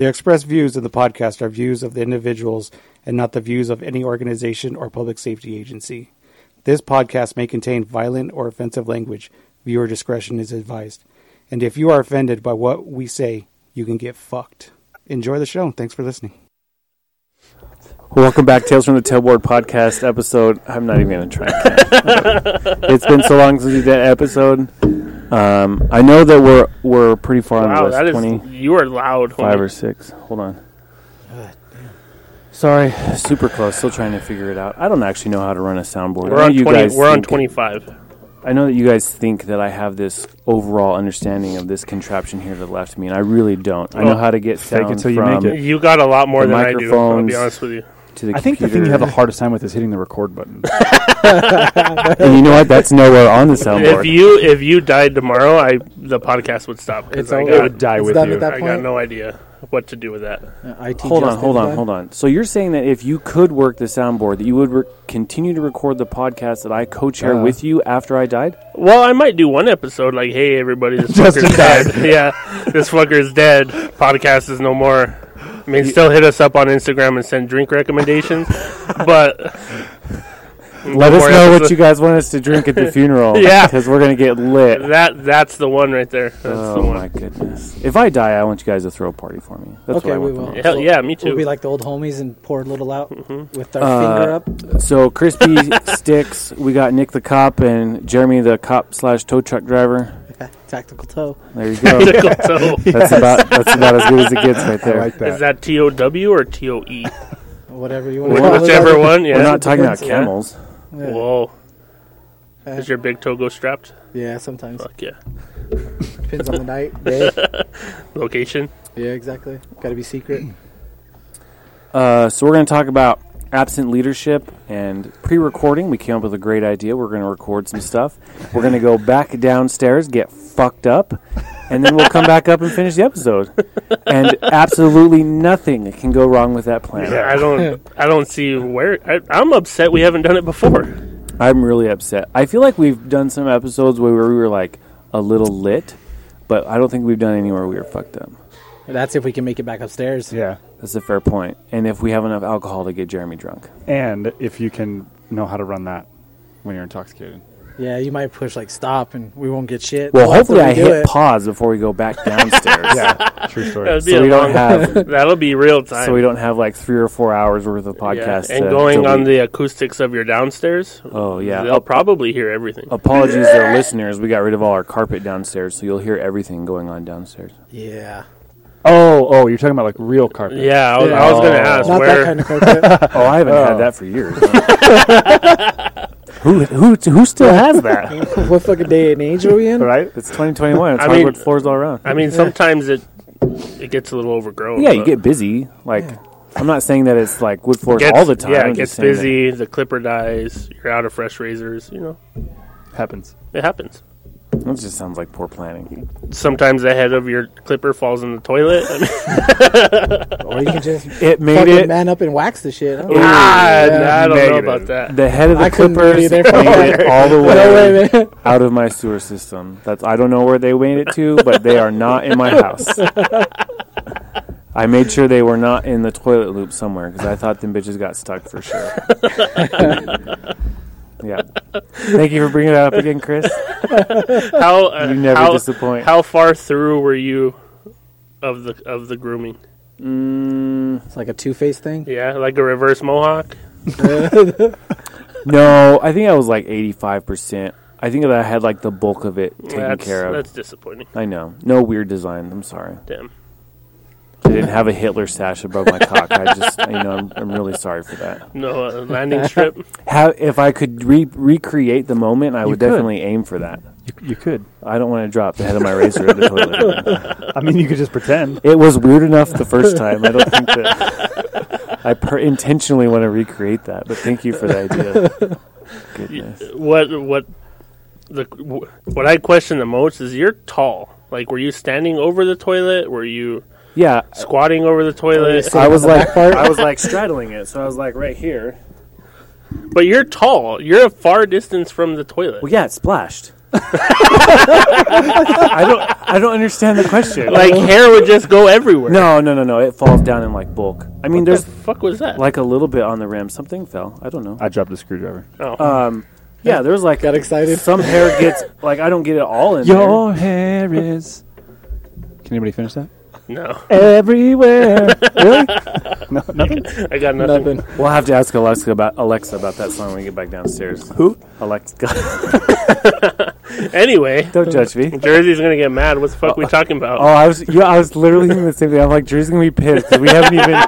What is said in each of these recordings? The expressed views of the podcast are views of the individuals and not the views of any organization or public safety agency. This podcast may contain violent or offensive language. Viewer discretion is advised. And if you are offended by what we say, you can get fucked. Enjoy the show. Thanks for listening. Welcome back, Tales from the Tailboard podcast episode. I'm not even going to try. and count. it's been so long since we did that episode. Um, I know that we're we're pretty far on the Wow, list. that is Twenty-five you are loud. homie. or six. Hold on. Sorry, super close. Still trying to figure it out. I don't actually know how to run a soundboard. We're I know on you twenty. guys We're on think- twenty-five. I know that you guys think that I have this overall understanding of this contraption here to the left of me, and I really don't. I know how to get fake it sound till you make from it. You got a lot more The than I do. I'll microphones. be honest with you. to the I think the thing you have computer. the hardest time with is hitting the record button. and you know what? That's nowhere on the soundboard. If you if you died tomorrow, I the podcast would stop. 'cause It's I all- got, it would die It's with done you. at that I got point. no idea what to do with that. IT hold on, just hold did on, that. hold on. So you're saying that if you could work the soundboard, that you would re- continue to record the podcast that I co-chair Uh. with you after I died? Well, I might do one episode like, "Hey, everybody, this Justin fucker's dead." yeah, this fucker is dead. Podcast is no more. I mean, still hit us up on Instagram and send drink recommendations, but Let us more know what episode- you guys want us to drink at the funeral. Yeah. because we're gonna get lit. that that's the one right there. That's the oh one. my goodness! If I die, I want you guys to throw a party for me. That's Okay, what I we want. will. Hell yeah, me too. We'll be like the old homies and pour a little out with our Uh, finger up. So crispy sticks. We got Nick the cop and Jeremy the cop slash tow truck driver. Tactical toe. There you go. Tickle toe. That's about that's about as good as it gets right there. I like Is that. that T O W or T O E? Whatever you want to call Whichever it. one. Yeah. We're not talking about depends, yeah. camels. Yeah. Whoa. Uh, Is your big toe go strapped? yeah, sometimes. Fuck yeah. Depends on the night, day. Location. Yeah, exactly. Gotta be secret. Uh, so we're going to talk about absent leadership and pre-recording. We came up with a great idea. We're going to record some stuff. We're going to go back downstairs, get fucked up, and then we'll come back up and finish the episode. And absolutely nothing can go wrong with that plan. I don't. I don't see where. I, I'm upset we haven't done it before. I'm really upset. I feel like we've done some episodes where we were like a little lit, but I don't think we've done anywhere we were fucked up. That's if we can make it back upstairs. Yeah. That's a fair point. And if we have enough alcohol to get Jeremy drunk. And if you can know how to run that when you're intoxicated. Yeah, you might push like stop and we won't get shit. Well, We'll have to hopefully I redo hit it. pause before we go back downstairs. Yeah. True story. That'd be So a we don't long- have That'll be real time. So we don't have like three or four hours worth of Yeah, podcast. and to- going to on leak. the acoustics of your downstairs. oh yeah. Oh. They'll Ap- probably hear everything. apologies to the listeners. We got rid of all our carpet downstairs, so you'll hear everything going on downstairs. Yeah. Oh, oh, you're talking about like real carpet. Yeah, I was, I was Oh. gonna ask Not where. that kind of carpet. Oh, I haven't had that for years. who who who still has that? what fucking day and age are we in? Right? It's 2021. It's I mean- hardwood floors all around. I mean, sometimes it it gets a little overgrown. yeah, you but- get busy. Like I'm not saying that it's like wood floors gets- all the time. Yeah, I'm it just gets saying that- busy. The clipper dies. You're out of fresh razors. You know, Happens. it happens. That just sounds like poor planning. Sometimes the head of your clipper falls in the toilet. I mean, Or you can just It made fucking it. man up and wax the shit. huh? ah, yeah. I don't Negative. know about that. The head of the I couldn't do Clippers made either. it all the way. No way, man. out of my sewer system. That's I don't know where they made it to, but they are not in my house. I made sure they were not in the toilet loop somewhere because I thought them bitches got stuck for sure. yeah. Thank you for bringing that up again, Chris. How uh, You never how, disappoint. How far through were you of the of the grooming? Mm, It's like a two faced thing. Yeah, like a reverse mohawk. no, I think I was like eighty-five percent. I think that I had like the bulk of it taken that's, care of. That's disappointing. I know. No weird design. I'm sorry. Damn. I didn't have a Hitler sash above my cock. I just, you know, I'm, I'm really sorry for that. No uh, landing strip. How, if I could re- recreate the moment, I would could. definitely aim for that. You You could. I don't want to drop the head of my razor in the toilet. I mean, you could just pretend. It was weird enough the first time. I don't think that I per- intentionally want to recreate that. But thank you for the idea. Goodness. What what the what I question the most is you're tall. Like, were you standing over the toilet? Were you Yeah, squatting over the you toilet? sitting I was on the like back part? I was like straddling it, so I was like right here. But you're tall. You're a far distance from the toilet. Well, yeah, it splashed. I don't I don't understand the question. Like hair would just go everywhere. no, no, no, no. It falls down in like bulk. I mean, What there's the fuck was that? like a little bit on the rim. Something fell. I don't know. I dropped a screwdriver. oh. Um, yeah, there was like Got excited. Some hair gets like I don't get it all in Your hair is. Can anybody finish that? no, Everywhere. really? No, nothing. I got nothing. Nothing. there. We'll have to ask Alexa about Alexa about that song when we get back downstairs. Who? Alexa, Anyway, don't judge me. Jersey's gonna get mad. What the fuck we talking about? Oh, I was yeah, I was literally thinking the same thing. I'm like, Drew's gonna be pissed because we haven't even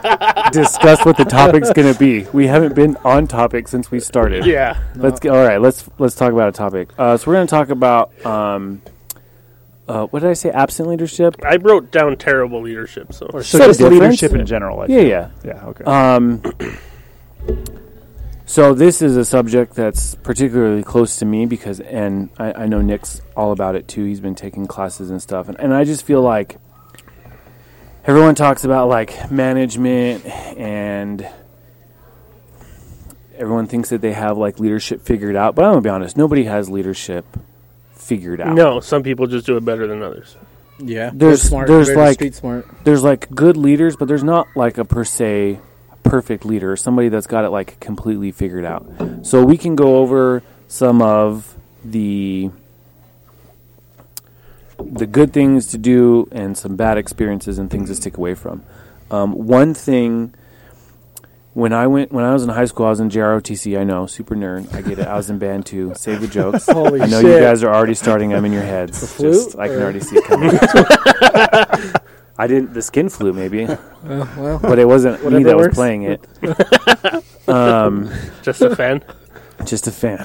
discussed what the topic's gonna be. We haven't been on topic since we started. Yeah, Let's get all right. Let's let's talk about a topic. Uh, so we're gonna talk about um, uh, what did I say? Absent leadership. I wrote down terrible leadership. So So, So just different. leadership in general. I Yeah, feel. yeah. Yeah, Uh, okay. Um, so this is a subject that's particularly close to me because, and I, I know Nick's all about it too. He's been taking classes and stuff, and, and I just feel like everyone talks about like management and everyone thinks that they have like leadership figured out. But I'm gonna be honest, nobody has leadership figured out. no, some people just do it better than others. Yeah. There's- there's compared to like- street smart. there's like good leaders, but there's not like a per se perfect leader, somebody that's got it like completely figured out. So we can go over some of the the good things to do and some bad experiences and things to stick away from. Um, one thing when I went when I was in high school, I was in JROTC. I know, super nerd. I get it. I was in band too. Save the jokes. Holy I know you shit. guys are already starting them in your heads. flute Just I can or- already see it coming. I didn't. The skin flu, maybe, Oh, well, but it wasn't me Whatever that was works. playing it. Just a fan. Just a fan.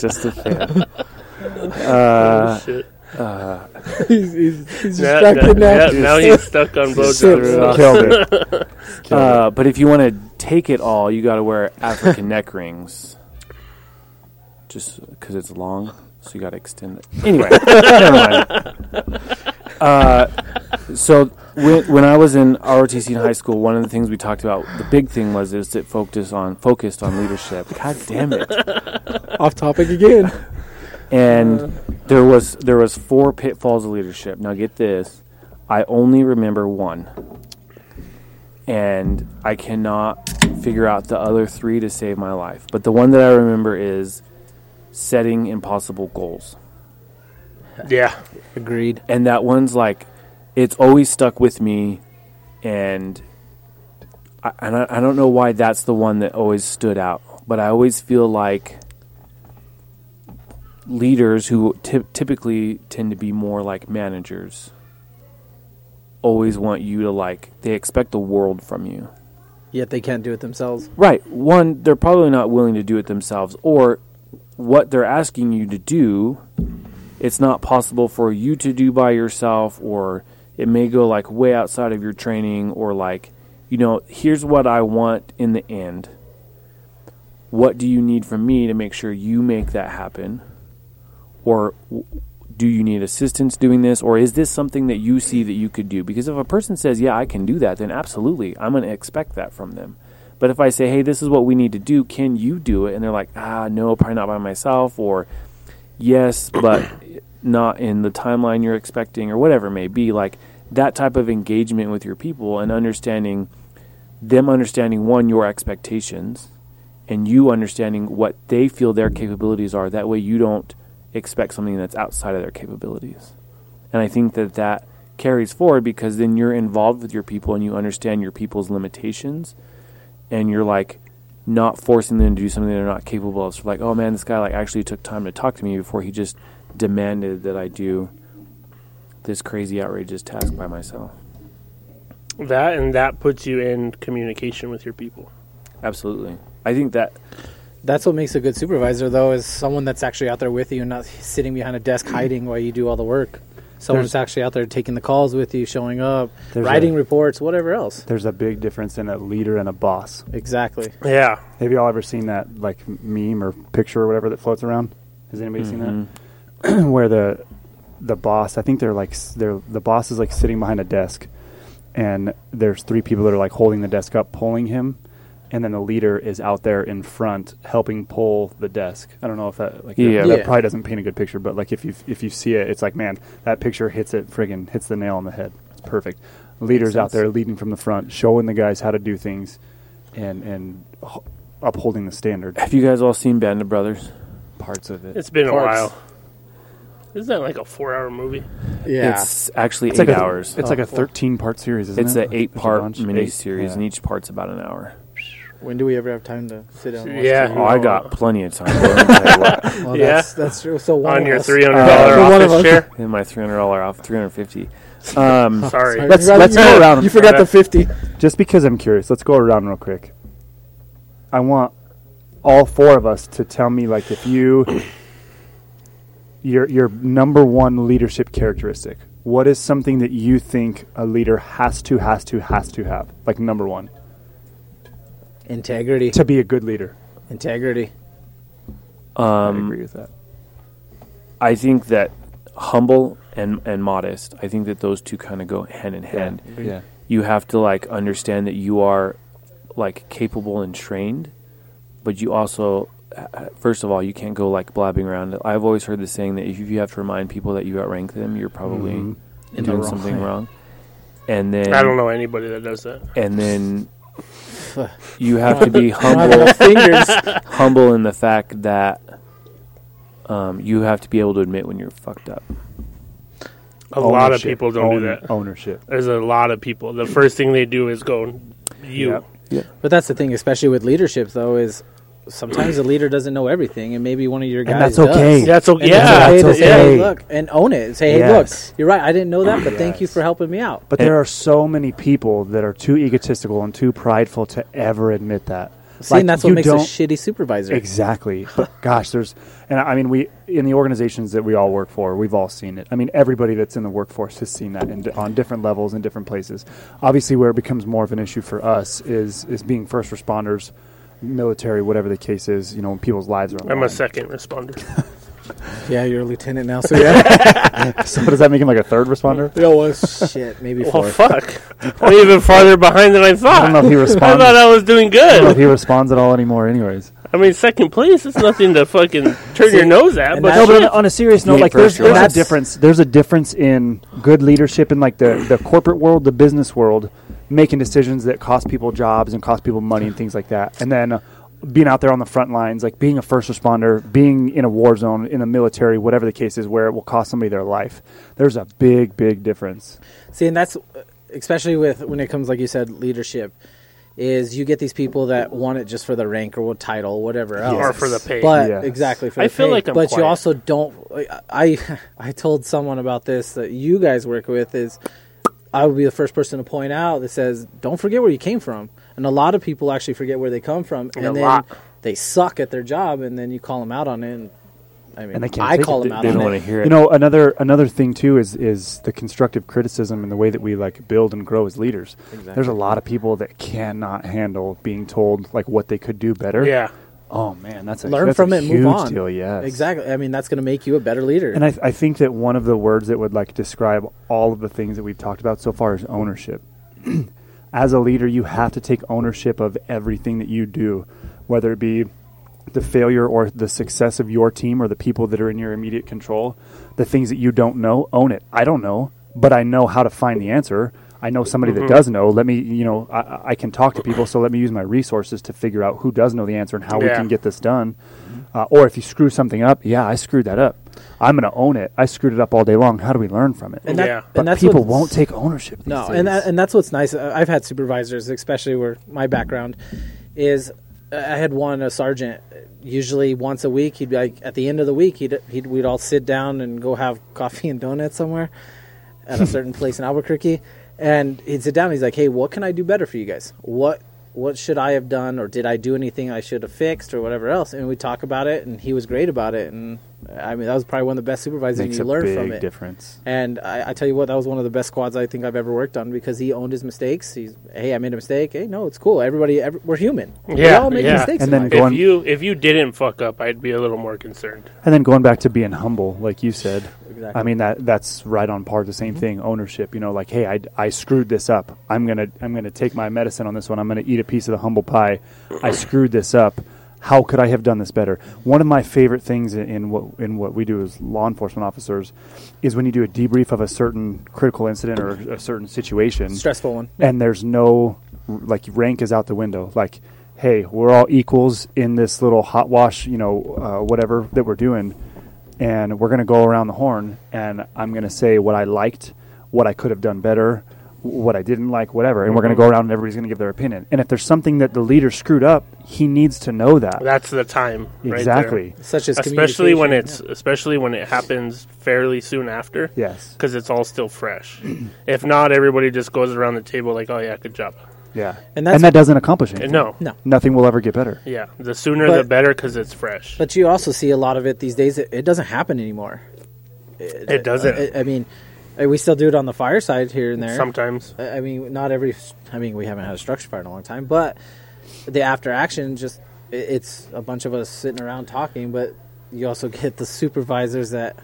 Just a fan. Uh, Shit. he's, he's, he's Now, distracted now- now. yeah, now he's stuck on blowjobs. Shit. Killed it. uh, but if you want to take it all, you got to wear African neck rings. Just because it's long, so you got to extend it. Anyway, never mind. Uh, so when, when I was in ROTC in high school, one of the things we talked about, the big thing was is it focused on focused on leadership. God damn it! Off topic again. and there was there was four pitfalls of leadership. Now get this, I only remember one, and I cannot figure out the other three to save my life. But the one that I remember is setting impossible goals, Yeah, Agreed. and that one's like it's always stuck with me, and I, and I, I don't know why that's the one that always stood out, but I always feel like leaders who ty- typically tend to be more like managers always want you to like they expect the world from you. Yet they can't do it themselves. Right. One, they're probably not willing to do it themselves, or what they're asking you to do, it's not possible for you to do by yourself, or it may go like way outside of your training, or like, you know, here's what I want in the end. What do you need from me to make sure you make that happen? Or w- do you need assistance doing this? Or is this something that you see that you could do? Because if a person says, yeah, I can do that, then absolutely, I'm going to expect that from them. But if I say, hey, this is what we need to do, can you do it? And they're like, ah, no, probably not by myself, or yes, but not in the timeline you're expecting, or whatever it may be. Like that type of engagement with your people and understanding them understanding one, your expectations, and you understanding what they feel their capabilities are. That way you don't expect something that's outside of their capabilities. And I think that that carries forward because then you're involved with your people and you understand your people's limitations and you're like not forcing them to do something they're not capable of. So like, oh man, this guy like actually took time to talk to me before he just demanded that I do this crazy outrageous task by myself. that and that puts you in communication with your people. Absolutely. I think that That's what makes a good supervisor, though, is someone that's actually out there with you and not sitting behind a desk hiding while you do all the work. Someone There's- that's actually out there taking the calls with you, showing up, There's writing a- reports, whatever else. There's a big difference in a leader and a boss. Exactly. Yeah. Have y'all ever seen that like meme or picture or whatever that floats around? Has anybody seen that? Where the the boss, I think they're like s- they're the boss is like sitting behind a desk, and there's three people that are like holding the desk up, pulling him, and then the leader is out there in front helping pull the desk. I don't know if that like Yeah. that Yeah. probably doesn't paint a good picture, but like if you if you see it, it's like man, that picture hits it friggin' hits the nail on the head. It's perfect. Leaders out sense. there leading from the front, showing the guys how to do things, and and h- upholding the standard. Have you guys all seen Band of Brothers? Parts of it. It's been a Parks. while. Isn't that like a four-hour movie? Yeah. It's actually It's eight like a- hours. It's like a thirteen-part series, isn't It's it? an eight part mini series, and and each part's about an hour. when do we ever have time to sit down? And watch Yeah. TV? Oh, I got plenty of time. Let me tell you what. Well, Yeah. that's, that's true. So one On of your us- three hundred Uh, dollar the one of office us. chair. In my three hundred dollar off, three hundred fifty. Um, Sorry. Sorry, Let's- you let's forgot- go around. You forgot the fifty. just because I'm curious, let's go around real quick. I want all four of us to tell me, like, if you your your number one leadership characteristic. What is something that you think a leader has to, has to, has to have? Like number one, Integrity. to be a good leader. Integrity. I Um, agree with that. I think that humble and and modest. I think that those two kind of go hand in hand. Yeah. You have to like understand that you are like capable and trained, but you also uh, first of all you can't go like blabbing around. I've always heard the saying that if you have to remind people that you outrank them, you're probably In the doing wrong something wrong. And then I don't know anybody that does that. And then you have to be I humble have enough fingers. humble in the fact that um, you have to be able to admit when you're fucked up. A lot of people don't do that. Ownership. There's a lot of people. The first thing they do is go, you. Yep. But that's the thing, especially with leadership, though, is sometimes the leader doesn't know everything, and maybe one of your guys that's does. okay. That's okay. And Yeah, it's okay that's to say, okay. hey, look, and own it. Say, hey, Yes. look, you're right. I didn't know that, but thank you Yes. for helping me out. But there are so many people that are too egotistical and too prideful to ever admit that. See, and that's what you makes a don't- shitty supervisor. Exactly. But gosh, there's, and I I mean, we, in the organizations that we all work for, we've all seen it. I mean, everybody that's in the workforce has seen that in, on different levels in different places. Obviously, where it becomes more of an issue for us is, is being first responders, military, whatever the case is, you know, when people's lives are on the I'm a line. second responder. Yeah, you're a lieutenant now, so yeah. So does that make him like a third responder? no, well, shit, maybe Well, four. fuck. I'm even farther behind than I thought. I don't know if he I responds. thought I was doing I don't know if good. he responds at all anymore, anyways. I mean, second place is nothing to fucking turn your nose at. and But that's- No, but on, shit. a- on a serious note, Yeah, like for there's, sure. there's a That's- difference. There's a difference in good leadership in like the, the corporate world, the business world, making decisions that cost people jobs and cost people money and things like that, and then uh, being out there on the front lines, like being a first responder, being in a war zone, in the military, whatever the case is, where it will cost somebody their life. There's a big, big difference. See, and that's especially with when it comes, like you said, leadership. Is you get these people that want it just for the rank or what title, whatever else, Or for the pay. But Yes. exactly, for I the feel pay. like I'm but you quiet. also don't. I I told someone about this that you guys work with is I would be the first person to point out that says don't forget where you came from, and a lot of people actually forget where they come from, and a then lot. they suck at their job, and then you call them out on it. And, I mean, And they can't I take call it. them out They on don't it. want to hear it. You know, another another thing too is is the constructive criticism and the way that we like build and grow as leaders. There's a lot of people that cannot handle being told like what they could do better. yeah. Oh man, that's a, Learn that's from a it, and huge move on. deal. Yes, exactly. I mean, that's going to make you a better leader. And I, I think that one of the words that would like describe all of the things that we've talked about so far is ownership. As a leader, you have to take ownership of everything that you do, whether it be the failure or the success of your team or the people that are in your immediate control. The things that you don't know, own it. I don't know, but I know how to find the answer. I know somebody Mm-hmm. that does know. Let me, you know, I- I, I can talk to people, so let me use my resources to figure out who does know the answer and how we Yeah. can get this done. Uh, or if you screw something up, yeah, I screwed that up. I'm going to own it. I screwed it up all day long. How do we learn from it? And that- Yeah. and but that's people what's- won't take ownership. These No, days. and that, and that's what's nice. Uh, I've had supervisors, especially where my background is. I had one a sergeant. Usually once a week, he'd be like at the end of the week, he'd, he'd we'd all sit down and go have coffee and donuts somewhere at a certain place in Albuquerque, and he'd sit down. and He's like, "Hey, what can I do better for you guys? What what should I have done, or did I do anything I should have fixed, or whatever else. And we talk about it, and he was great about it. And I mean, that was probably one of the best supervisors Makes you a learn big from it. difference. And I, I tell you what, that was one of the best squads I think I've ever worked on because he owned his mistakes. He's, hey, I made a mistake. Hey, no, it's cool. Everybody, every, we're human. we Yeah, all make yeah. mistakes. And in then life. go- Going- If you if you didn't fuck up, I'd be a little more concerned. And then going back to being humble, like you said, Exactly. I mean that that's right on par. The same thing, ownership. You know, like hey, I, I screwed this up. I'm gonna I'm gonna take my medicine on this one. I'm gonna eat a piece of the humble pie. I screwed this up. How could I have done this better? One of my favorite things in, in what in what we do as law enforcement officers is when you do a debrief of a certain critical incident or a certain situation stressful one. and there's no like rank is out the window like hey we're all equals in this little hot wash you know uh, whatever that we're doing and we're going to go around the horn and i'm going to say what i liked what i could have done better w- what i didn't like whatever and we're going to go around and everybody's going to give their opinion and if there's something that the leader screwed up he needs to know that That's the time. right there. exactly Such as especially when communication. it's especially when it happens fairly soon after. Yes. because it's all still fresh. if not, everybody just goes around the table like, "Oh yeah, good job." yeah And and, that's- that doesn't accomplish anything And no, no. nothing will ever get better yeah, the sooner But- the better because it's fresh. But you also see a lot of it these days. It, it doesn't happen anymore. it doesn't I, I mean, uh, we still do it on the fireside here and there. sometimes. I I mean, not every. I mean, we haven't had a structure fire in a long time, but the after action just i- it's a bunch of us sitting around talking. But you also get the supervisors that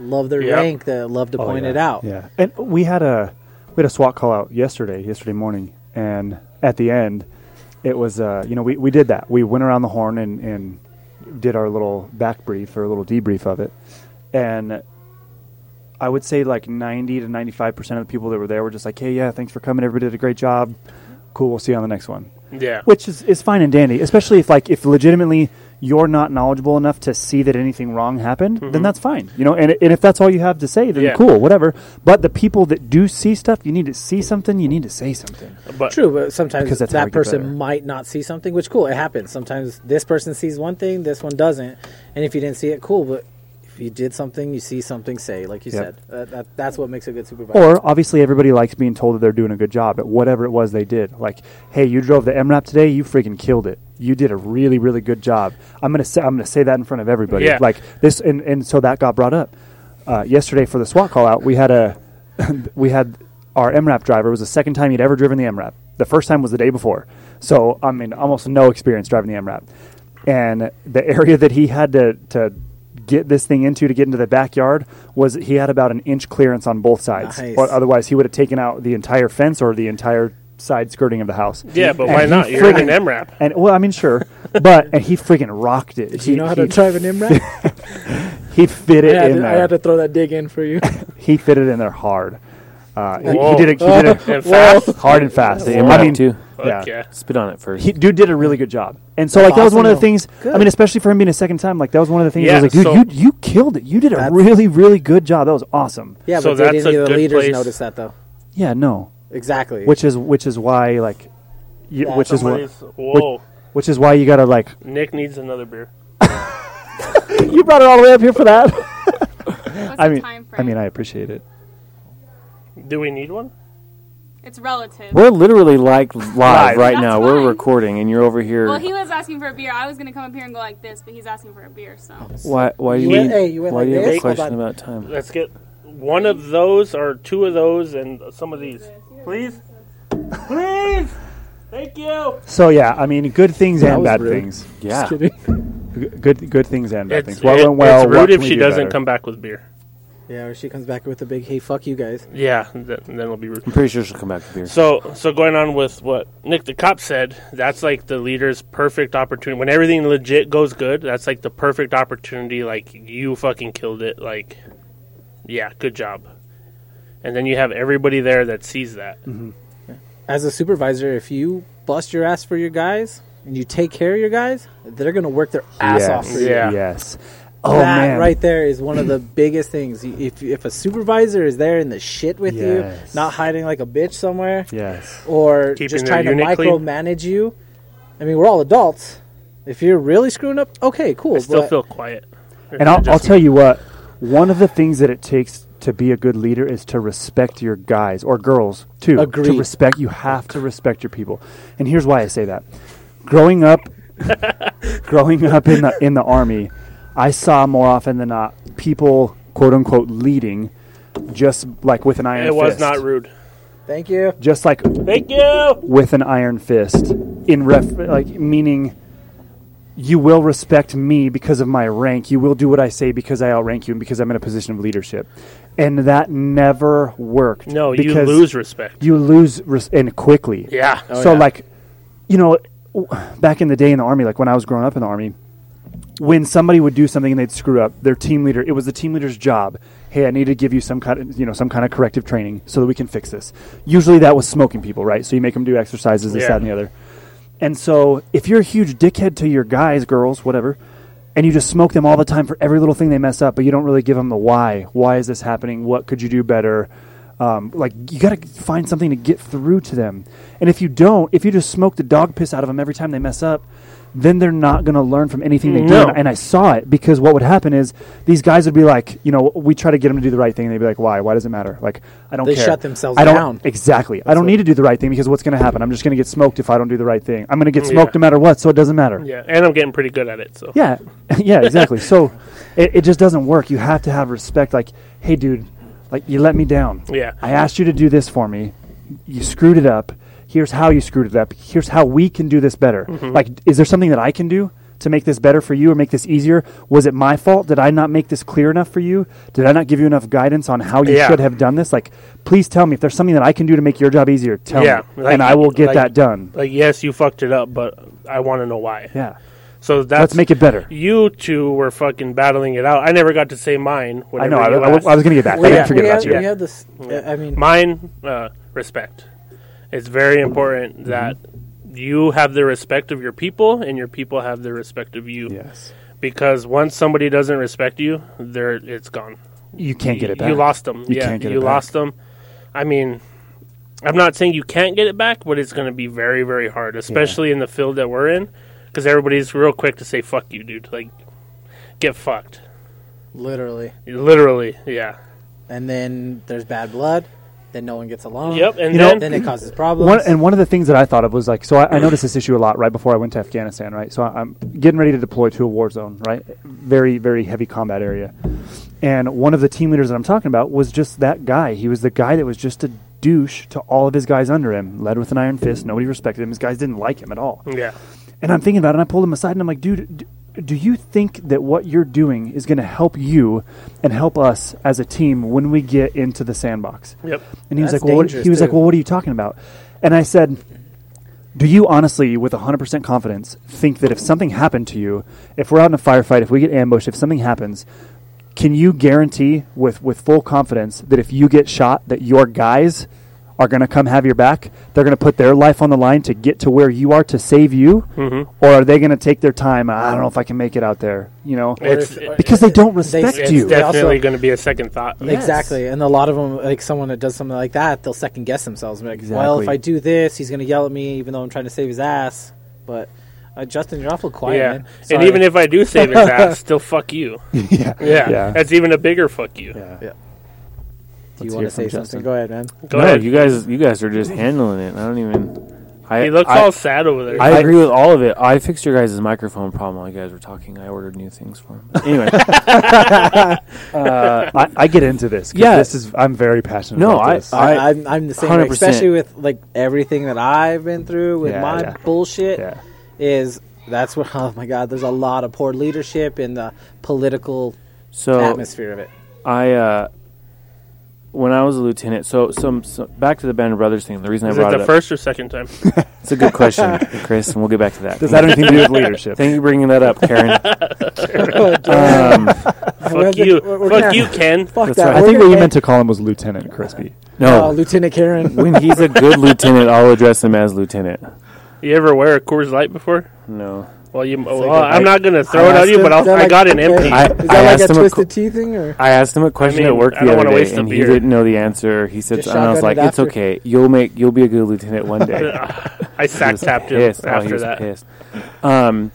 love their Yep. rank, that love to point Oh, yeah. it out. Yeah, and we had a we had a SWAT call out yesterday, yesterday morning, and at the end, it was uh, you know we, we did that. We went around the horn and, and did our little back brief or a little debrief of it, and I would say like ninety to ninety five percent of the people that were there were just like, hey, yeah, thanks for coming, everybody did a great job, cool, we'll see you on the next one Yeah, which is, is fine and dandy especially if like if legitimately you're not knowledgeable enough to see that anything wrong happened then that's fine you know and, and if that's all you have to say then Mm-hmm. Yeah. cool whatever but the people that do see stuff you need to see something you need to say something but True, but sometimes Because that's how we that get person better. might not see something, which cool, it happens. Sometimes this person sees one thing, this one doesn't, and if you didn't see it, cool. But if you did something, you see something, say like you Yep. said. That, that, that's what makes a good supervisor. or obviously everybody likes being told that they're doing a good job at whatever it was they did like hey you drove the mrap today you freaking killed it you did a really really good job i'm gonna say i'm gonna say that in front of everybody Yeah. like this and, and so that got brought up uh, yesterday for the swat call out we had a we had our MRAP driver it was the second time he'd ever driven the MRAP. The first time was the day before. So I mean, almost no experience driving the MRAP. And the area that he had to to get this thing into to get into the backyard was he had about an inch clearance on both sides. Nice. Or otherwise, he would have taken out the entire fence or the entire side skirting of the house. yeah, but And why he not? You're in friggin- an MRAP. And well, I mean, sure, but and he freaking rocked it. do you know how to drive an MRAP? He fit I, it had in to, there. I had to throw that dig in for you. He fit it in there hard. Uh, he, he Whoa. did it. He did it And fast. hard and fast. The I MRAP mean, too. yeah. Okay. Spit on it first. He, dude did a really good job, and so like that was one of the awesome, things. though. I mean, especially for him being a second time, like that was one of the things. I Yeah, was like, dude, so- you you killed it. You did a really really good job. That was awesome. Yeah, So but they that's didn't a even the good leaders place- notice that though. Yeah, no, Exactly. which is which is why like, you, Yeah, which is why Somebody's- Whoa, which is why you gotta like. Nick needs another beer. You brought it all the way up here for that. What's I the mean, time frame? I mean, I appreciate it. Do we need one? it's relative. We're literally like live right That's now. We're fine. recording, and you're over here. Well, he was asking for a beer. I was gonna come up here and go like this, but he's asking for a beer. So why? Why do You you? went- hey, you went why like do you have this? a question Hold on. about time? Let's get one of those or two of those and some of these, please, please. Thank you. So yeah, I mean, good things and was bad rude. things. Yeah. G- Good good things and bad It's, things. What it- went well? it's what rude can if we she do doesn't better? come back with beer. yeah, or she comes back with a big "Hey, fuck you guys." Yeah, th- then it'll be rude. I'm pretty sure she'll come back with beer. So, so going on with what Nick the cop said, that's like the leader's perfect opportunity. When everything legit goes good, that's like the perfect opportunity. Like you fucking killed it. Like, yeah, good job. And then you have everybody there that sees that. Mm-hmm. As a supervisor, if you bust your ass for your guys and you take care of your guys, they're gonna work their ass yes. off for you. Yeah. Yes. Oh that man. right there is one of the biggest things. You- If if a supervisor is there in the shit with you, Yes. not hiding like a bitch somewhere, Yes. or Keeping just their trying to unit clean. micromanage you, I mean, we're all adults. If you're really screwing up, okay, cool. I still but feel quiet. And I'll, I'll Just- tell you what, one of the things that it takes to be a good leader is to respect your guys or girls too. Agreed. To respect, you have to respect your people. And here's why I say that. Growing up, growing up in the in the army, I saw more often than not people quote unquote leading, just like with an iron. It was fist. not rude. Thank you. Just like Thank you. with an iron fist in ref like meaning you will respect me because of my rank you will do what i say because i outrank you and because i'm in a position of leadership and that never worked No, you because lose respect. you lose res- and quickly Yeah. so yeah. like you know w- back in the day in the army like when i was growing up in the army when somebody would do something and they'd screw up their team leader it was the team leader's job hey i need to give you some kind of you know some kind of corrective training so that we can fix this usually that was smoking people right so you make them do exercises this Yeah. that and the other and so if you're a huge dickhead to your guys girls whatever and you just smoke them all the time for every little thing they mess up but you don't really give them the why why is this happening what could you do better um, like you got to find something to get through to them and if you don't if you just smoke the dog piss out of them every time they mess up then they're not going to learn from anything they No. do and I saw it because what would happen is these guys would be like, you know, we try to get them to do the right thing. And they'd be like, why? Why does it matter? Like, I don't They care. shut themselves I don't, down. Exactly. I don't what- need to do the right thing because what's going to happen? I'm just going to get smoked if I don't do the right thing. I'm going to get Yeah. smoked no matter what, so it doesn't matter. Yeah, and I'm getting pretty good at it. So Yeah, yeah, exactly. so it, it just doesn't work. You have to have respect. Like, hey, dude, like you let me down. Yeah. I asked you to do this for me. You screwed it up. Here's how you screwed it up. Here's how we can do this better. Mm-hmm. Like, is there something that I can do to make this better for you or make this easier? Was it my fault? Did I not make this clear enough for you? Did I not give you enough guidance on how you Yeah. should have done this? Like, please tell me if there's something that I can do to make your job easier. Tell Yeah, me, like- and I will get like- that done. like yes, you fucked it up, but I want to know why. Yeah, So that's let's make it better. You two were fucking battling it out. I never got to say mine. I whenever know. I, you I, was- I asked. was going to get that. I We didn't have, forget we about have, you. we have this. I mean, mine uh, respect. It's very important Mm-hmm. that you have the respect of your people, and your people have the respect of you. Yes. Because once somebody doesn't respect you, they're it's gone. You can't get You- it back. You lost them. You yeah, can't get you it back. lost them. I mean, I'm not saying you can't get it back, but it's going to be very, very hard, especially in the field that we're in, because everybody's real quick to say "fuck you, dude." Like, get fucked. literally. Literally, yeah. And then there's bad blood. Then no one gets along. Yep, and You know- then, Then it causes problems. One, and one of the things that I thought of was like, so I, I noticed this issue a lot right before I went to Afghanistan, right? So I- I'm getting ready to deploy to a war zone, right? Very, very heavy combat area. And one of the team leaders that I'm talking about was just that guy. He was the guy that was just a douche to all of his guys under him, led with an iron fist. Nobody respected him. His guys didn't like him at all. yeah, And I'm thinking about it, and I pulled him aside, and I'm like, dude, d- do you think that what you're doing is going to help you and help us as a team when we get into the sandbox? yep. And he was That's like, well, what, dangerous, he was like, too. well, what are you talking about? And I said, do you honestly, with 100% confidence, think that if something happened to you, if we're out in a firefight, if we get ambushed, if something happens, can you guarantee with, with full confidence that if you get shot, that your guys are going to come have your back? They're going to put their life on the line to get to where you are to save you? Mm-hmm. Or are they going to take their time? I don't know if I can make it out there, you know? It's, if- because they don't respect it's you. they also- definitely going to be a second thought. Yeah. Yes. Exactly, and a lot of them, like someone that does something like that, they'll second guess themselves. Like, well, Exactly. if I do this, he's going to yell at me, even though I'm trying to save his ass. But uh, Justin, you're awful quiet. yeah, man. and Sorry. even if I do save his ass, still fuck you. Yeah, Yeah. that's even a bigger fuck you. Yeah. Do you Let's want hear to say from Justin. something, go ahead, man. Go no, ahead. you guys, you guys are just handling it. I don't even. I, he looks I, all sad over there. I agree with all of it. I fixed your guys' microphone problem while you guys were talking. I ordered new things for him. Anyway, I, I get into this. 'cause Yeah. This is, I'm very passionate No, about I- this. I- I, I'm, I'm the same, way, 100%. especially with like everything that I've been through with Yeah, my yeah. bullshit. Yeah. Is that's what? Oh my God, there's a lot of poor leadership in the political so atmosphere of it. I uh, when I was a lieutenant, so some, so back to the Band of Brothers thing. The reason Is I it brought the it up, first or second time? it's a good question, Chris, and we'll get back to that. Does that have anything to do with leadership? Thank you for bringing that up, Karen. Oh, Um, fuck to- you, we're- we're fuck gonna- you, Ken. Fuck That's that. right. I We're think what gonna you ban- meant to call him was Lieutenant Crispy. uh, No, Lieutenant Karen. when he's a good lieutenant, I'll address him as lieutenant. You ever wear a Coors Light before? No, Well, you. well, like a- I'm not gonna throw it asked at you, him- but I'll, is that I like- got an empty. I, Is I that like asked a him. A qu- twisted tea thing, or I asked him a question I mean, at work I the don't wanna other waste day, the and he beer. didn't know the answer. He said, Just and I was shotgun it like, "It's after." okay. You'll make. You'll be a good lieutenant one day." I sack tapped him pissed. Oh, he after was that. pissed. Um,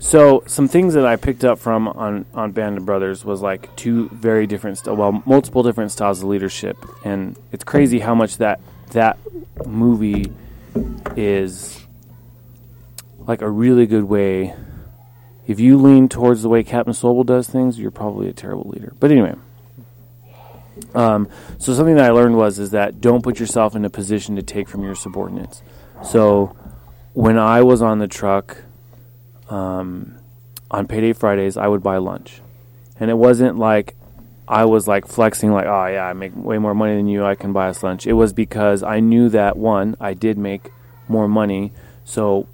So some things that I picked up from on on Band of Brothers was like two very different, st- well, multiple different styles of leadership, and it's crazy how much that that movie is like a really good way. If you lean towards the way Captain Sobel does things, you're probably a terrible leader. But anyway, um, so something that I learned was is that don't put yourself in a position to take from your subordinates. So when I was on the truck um, on payday Fridays, I would buy lunch, and it wasn't like I was like flexing, like oh yeah, I make way more money than you, I can buy us lunch. It was because I knew that one, I did make more money, so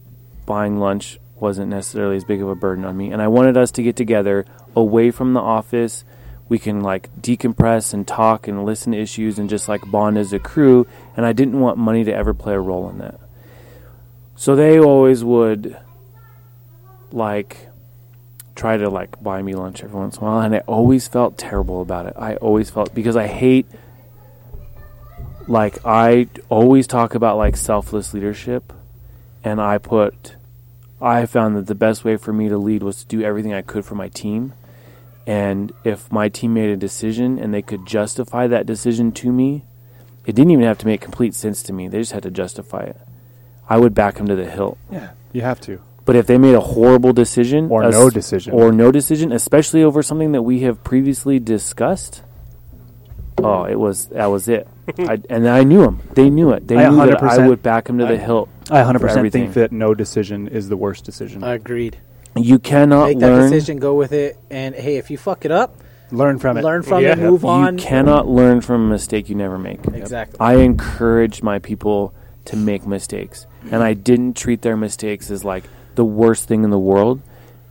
buying lunch wasn't necessarily as big of a burden on me, and I wanted us to get together away from the office. We can like decompress and talk and listen to issues and just like bond as a crew. And I didn't want money to ever play a role in that. So they always would like try to like buy me lunch every once in a while and I always felt terrible about it. I always felt because I hate like I always talk about like selfless leadership and I put I found that the best way for me to lead was to do everything I could for my team. And if my team made a decision and they could justify that decision to me, it didn't even have to make complete sense to me. They just had to justify it. I would back them to the hilt. Yeah, you have to. But if they made a horrible decision Or a no s- decision. or no decision, especially over something that we have previously discussed, oh, it was that was it. I, and I knew them. They knew it. They I knew that I 100% would back them to the I- hilt. I 100 for percent everything. think that no decision is the worst decision. Agreed. You cannot Make that learn. decision, go with it, and hey, if you fuck it up, learn from it. learn from Yeah. it, move you on. cannot learn from a mistake you never make. Exactly. I encourage my people to make mistakes, and I didn't treat their mistakes as like the worst thing in the world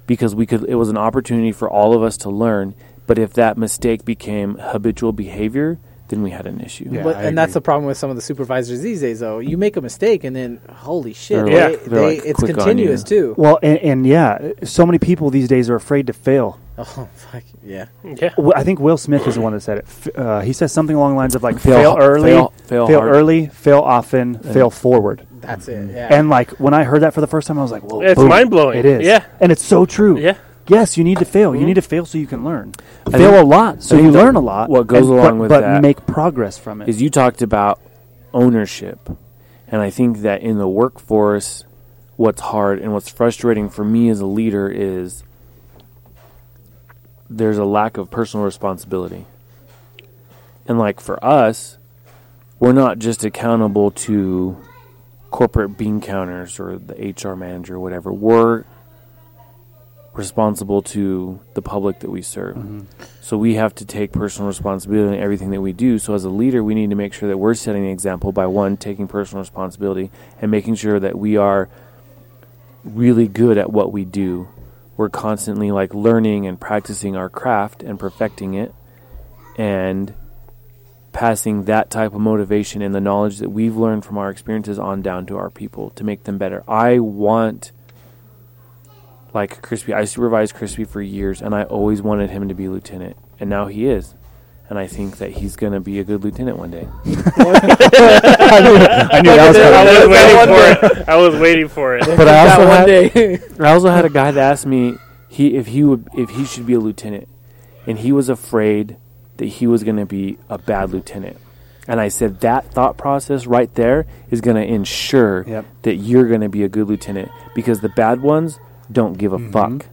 because we could. It was an opportunity for all of us to learn. But if that mistake became habitual behavior, then we had an issue. Yeah. but, I and that's agree. the problem with some of the supervisors these days, though. You make a mistake, and then holy shit, They're they- like- they're they- like, it's "Quick on continuous too. Well, and, and yeah, so many people these days are afraid to fail. Oh fuck yeah, Yeah. Well, I think Will Smith is the one that said it. F- Uh, he says something along the lines of like Fail fail, h- early, fail- fail, fail hard. Mm-hmm. early, fail often, fail forward. that's it. Yeah, And like when I heard that for the first time, I was like, "Whoa, It's boom. mind-blowing. It is, Yeah. and it's so true. Yeah. Mm-hmm. Yes, you need to fail. You need to fail so you can learn. I fail think- a lot so I you think the- learn a lot. what goes and- along but, with but that- make progress from it. is you talked about ownership. And I think that in the workforce, what's hard and what's frustrating for me as a leader is there's a lack of personal responsibility. And like for us, we're not just accountable to corporate bean counters or the HR manager or whatever. We're responsible to the public that we serve. Mm-hmm. So we have to take personal responsibility in everything that we do. So as a leader, we need to make sure that we're setting the example by one, taking personal responsibility and making sure that we are really good at what we do. We're constantly like learning and practicing our craft and perfecting it and passing that type of motivation and the knowledge that we've learned from our experiences on down to our people to make them better. I want like Crispy. I supervised Crispy for years, and I always wanted him to be lieutenant, and now he is. And I think that he's going to be a good lieutenant one day. I knew that was I coming. was waiting for it. I was waiting for it. But I That also one had, day. I also had a guy that asked me he if he would if he should be a lieutenant, and he was afraid that he was going to be a bad lieutenant. And I said that thought process right there is going to ensure Yep. that you're going to be a good lieutenant because the bad ones don't give a fuck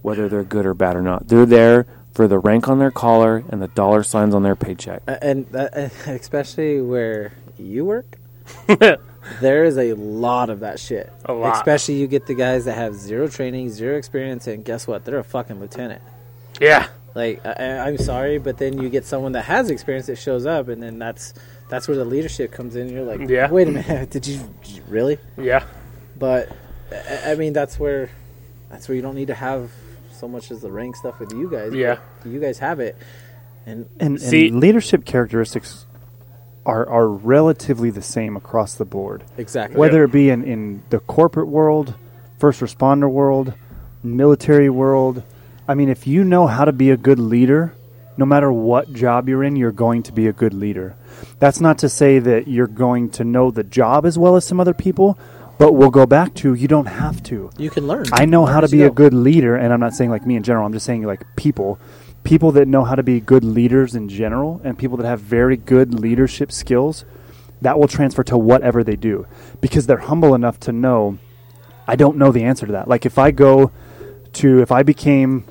whether they're good or bad or not. They're there for the rank on their collar and the dollar signs on their paycheck. A- and uh, especially where you work, there is a lot of that shit. A lot. Especially you get the guys that have zero training, zero experience, and guess what? They're a fucking lieutenant. Yeah. Like I- I, I'm sorry, but then you get someone that has experience that shows up, and then that's that's where the leadership comes in. You're like, Yeah. wait a minute, did you, did you really? Yeah. But I- I mean, that's where that's where you don't need to have so much as the rank stuff with you guys. but Yeah. you guys have it, and and, See- and leadership characteristics are are relatively the same across the board. exactly whether it be in, in the corporate world, first responder world, military world. I mean, if you know how to be a good leader, no matter what job you're in, you're going to be a good leader. That's not to say that you're going to know the job as well as some other people, But we'll go back to you don't have to. You can learn. I know how Learn to as you be a go. good leader, and I'm not saying like me in general. I'm just saying like people, people that know how to be good leaders in general, and people that have very good leadership skills, that will transfer to whatever they do because they're humble enough to know. I don't know the answer to that. Like if I go to if I became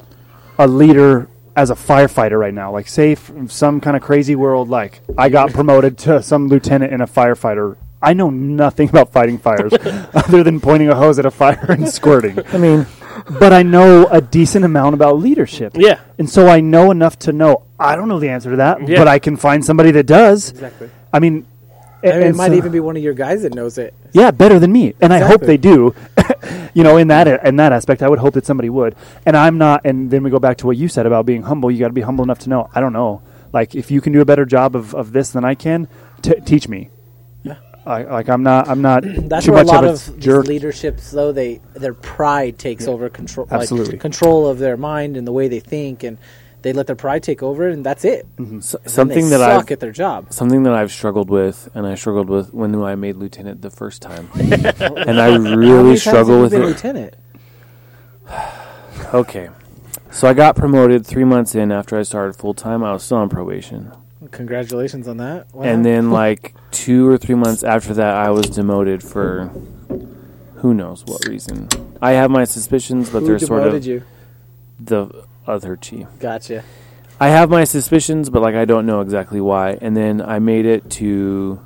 a leader as a firefighter right now, like say from some kind of crazy world, like I got promoted to some lieutenant and a firefighter. I know nothing about fighting fires other than pointing a hose at a fire and squirting. I mean, but I know a decent amount about leadership. Yeah. And so I know enough to know I don't know the answer to that, Yeah. but I can find somebody that does. Exactly. I mean, I mean, it might so- uh, even be one of your guys that knows it. yeah, better than me. And I hope Exactly. they do. you know, in that in that aspect, I would hope that somebody would. And I'm not. And then we go back to what you said about being humble. You got to be humble enough to know. I don't know. Like, if you can do a better job of, of this than I can, t- teach me. I, like I'm not. I'm not That's too where a much lot of a of, these jerk. leaderships, though, they their pride takes over control, absolutely. like, control of their mind and the way they think, and they let their pride take over, and that's S- it. And they Mm-hmm. something that suck I've at their job. something that I've struggled with, and I struggled with when I made lieutenant the first time, and I really struggle with been it. Lieutenant, Okay, so I got promoted three months in after I started full time. I was still on probation, congratulations on that. Wow. and then like two or three months after that, I was demoted for who knows what reason. I have my suspicions, but who they're demoted sort of you? the other chief. Gotcha. I have my suspicions, but like I don't know exactly why. And then I made it to,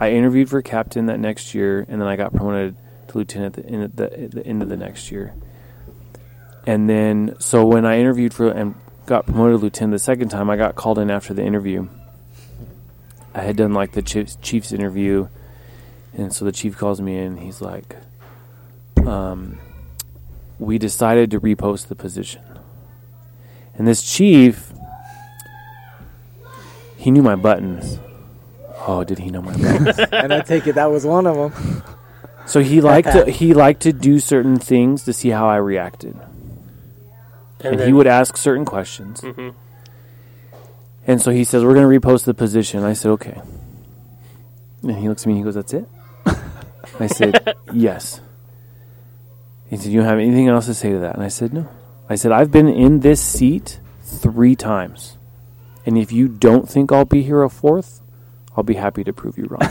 I interviewed for captain that next year, and then I got promoted to lieutenant at the end of the, at the, end of the next year. And then, so when I interviewed for and got promoted to lieutenant the second time, I got called in after the interview. I had done like the chief's, chief's interview, and so the chief calls me in. He's like, um, "We decided to repost the position." And this chief, he knew my buttons. Oh, did he know my buttons? and I take it that was one of them. so he liked to he liked to do certain things to see how I reacted. and, he would ask certain questions. And so he says, "We're going to repost the position." I said, "Okay." And he looks at me and he goes, "That's it." I said, "Yes." He said, "You don't have anything else to say to that?" And I said, "No." I said, "I've been in this seat three times, and if you don't think I'll be here a fourth, I'll be happy to prove you wrong."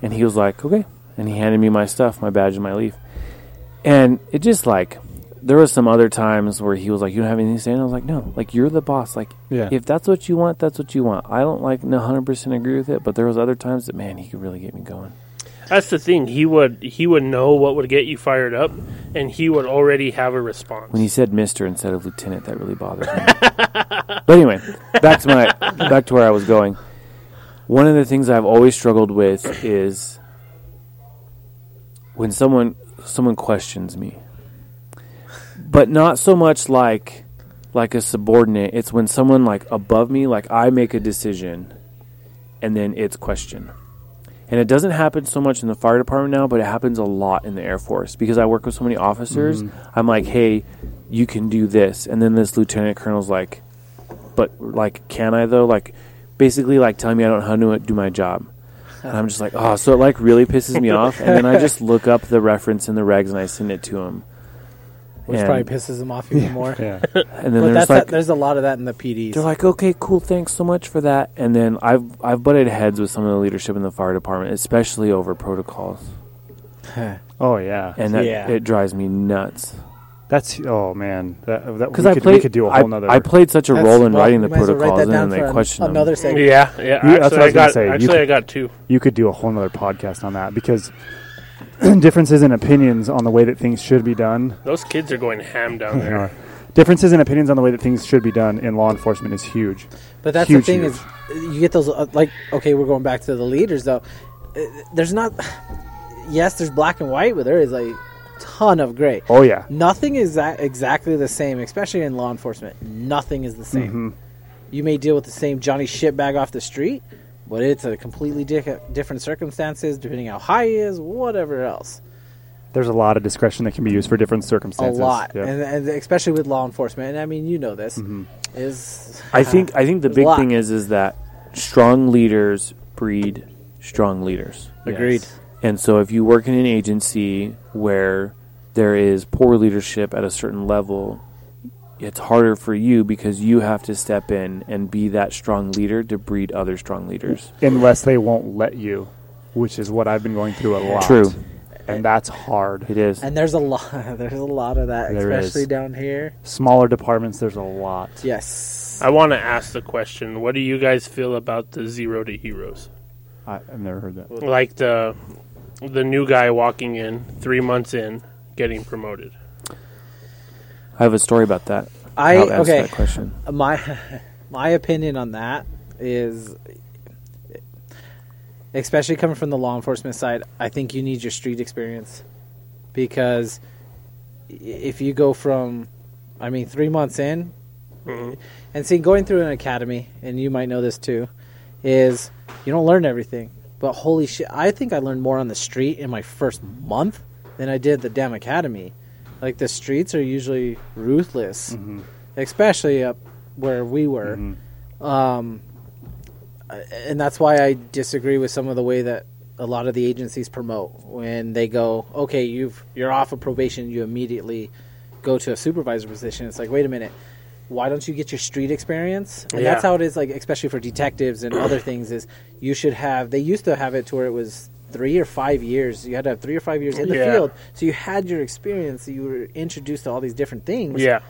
and he was like, "Okay," and he handed me my stuff, my badge, and my leaf. And it just like there was some other times where he was like, "You don't have anything to say," and I was like, "No, like you're the boss. Like Yeah. if that's what you want, that's what you want. I don't like 100 percent agree with it, but there was other times that man, he could really get me going. That's the thing. He would he would know what would get you fired up, and he would already have a response. When he said Mister instead of Lieutenant, that really bothered me. but anyway, back to my back to where I was going. One of the things I've always struggled with is when someone someone questions me, but not so much like like a subordinate. It's when someone like above me, like I make a decision, and then it's questioned. And it doesn't happen so much in the fire department now, but it happens a lot in the Air Force because I work with so many officers. Mm-hmm. I'm like, hey, you can do this. And then this lieutenant colonel's like, but like, can I though? Like, basically, like telling me I don't know how to do my job. And I'm just like, oh, so it like really pisses me off. And then I just look up the reference in the regs and I send it to him. Which And- probably pisses them off even more. Yeah. And then But there's that's like, there's a lot of that in the PDs. they're like, okay, cool, thanks so much for that. And then I've I've butted heads with some of the leadership in the fire department, especially over protocols, Oh yeah. and that, Yeah. it drives me nuts. That's oh man. That, that Because we I could, played, we could do a whole I, nother. I played such a That's- role in well, writing you the might as well write protocols, that and down then they for an- question another them. segment. yeah, yeah. You- that's actually, what I was I gonna got say. You actually could- I got two. you could do a whole nother podcast on that because differences in opinions on the way that things should be done Those kids are going ham down there. are differences in opinions on the way that things should be done in law enforcement is huge. But that's Huge, the thing huge. is, you get those uh, like okay, we're going back to the leaders though. Uh, There's not, yes, there's black and white, but there is a ton of gray. Oh yeah. Nothing is that exactly the same, especially in law enforcement. Nothing is the same. Mm-hmm. You may deal with the same Johnny shitbag off the street, but it's a completely di- different circumstances depending how high he is, whatever else. There's a lot of discretion that can be used for different A circumstances. lot, Yeah. Mm-hmm. and, and especially with law enforcement. And I mean, you know this is I think I think the There's a big lot. thing is is that strong leaders breed strong leaders. agreed. And so if you work in an agency where there is poor leadership at a certain level, it's harder for you because you have to step in and be that strong leader to breed other strong leaders. unless they won't let you, which is what I've been going through a lot. True. And that's hard. It is. And there's a lot. There's a lot of that, There especially is. down here. Smaller departments, there's a lot. Yes. I want to ask the question: What do you guys feel about the zero to heroes? I, I've never heard that. Like the the new guy walking in three months in, getting promoted. I have a story about that. I- I'll answer okay. that question. my my opinion on that is especially coming from the law enforcement side i think you need your street experience because i- if you go from i mean three months in and see going through an academy and you might know this too is you don't learn everything but holy shit i think i learned more on the street in my first month than i did the damn academy like the streets are usually ruthless especially up where we were. Mm-hmm. Um, and that's why I disagree with some of the way that a lot of the agencies promote when they go, okay, you've you're off of probation, you immediately go to a supervisor position. It's like, wait a minute, why don't you get your street experience? And that's Yeah. how it is, like especially for detectives and other things. Is you should have they used to have it to where it was three or five years. You had to have three or five years in the Yeah. field, so you had your experience. You were introduced to all these different things Yeah,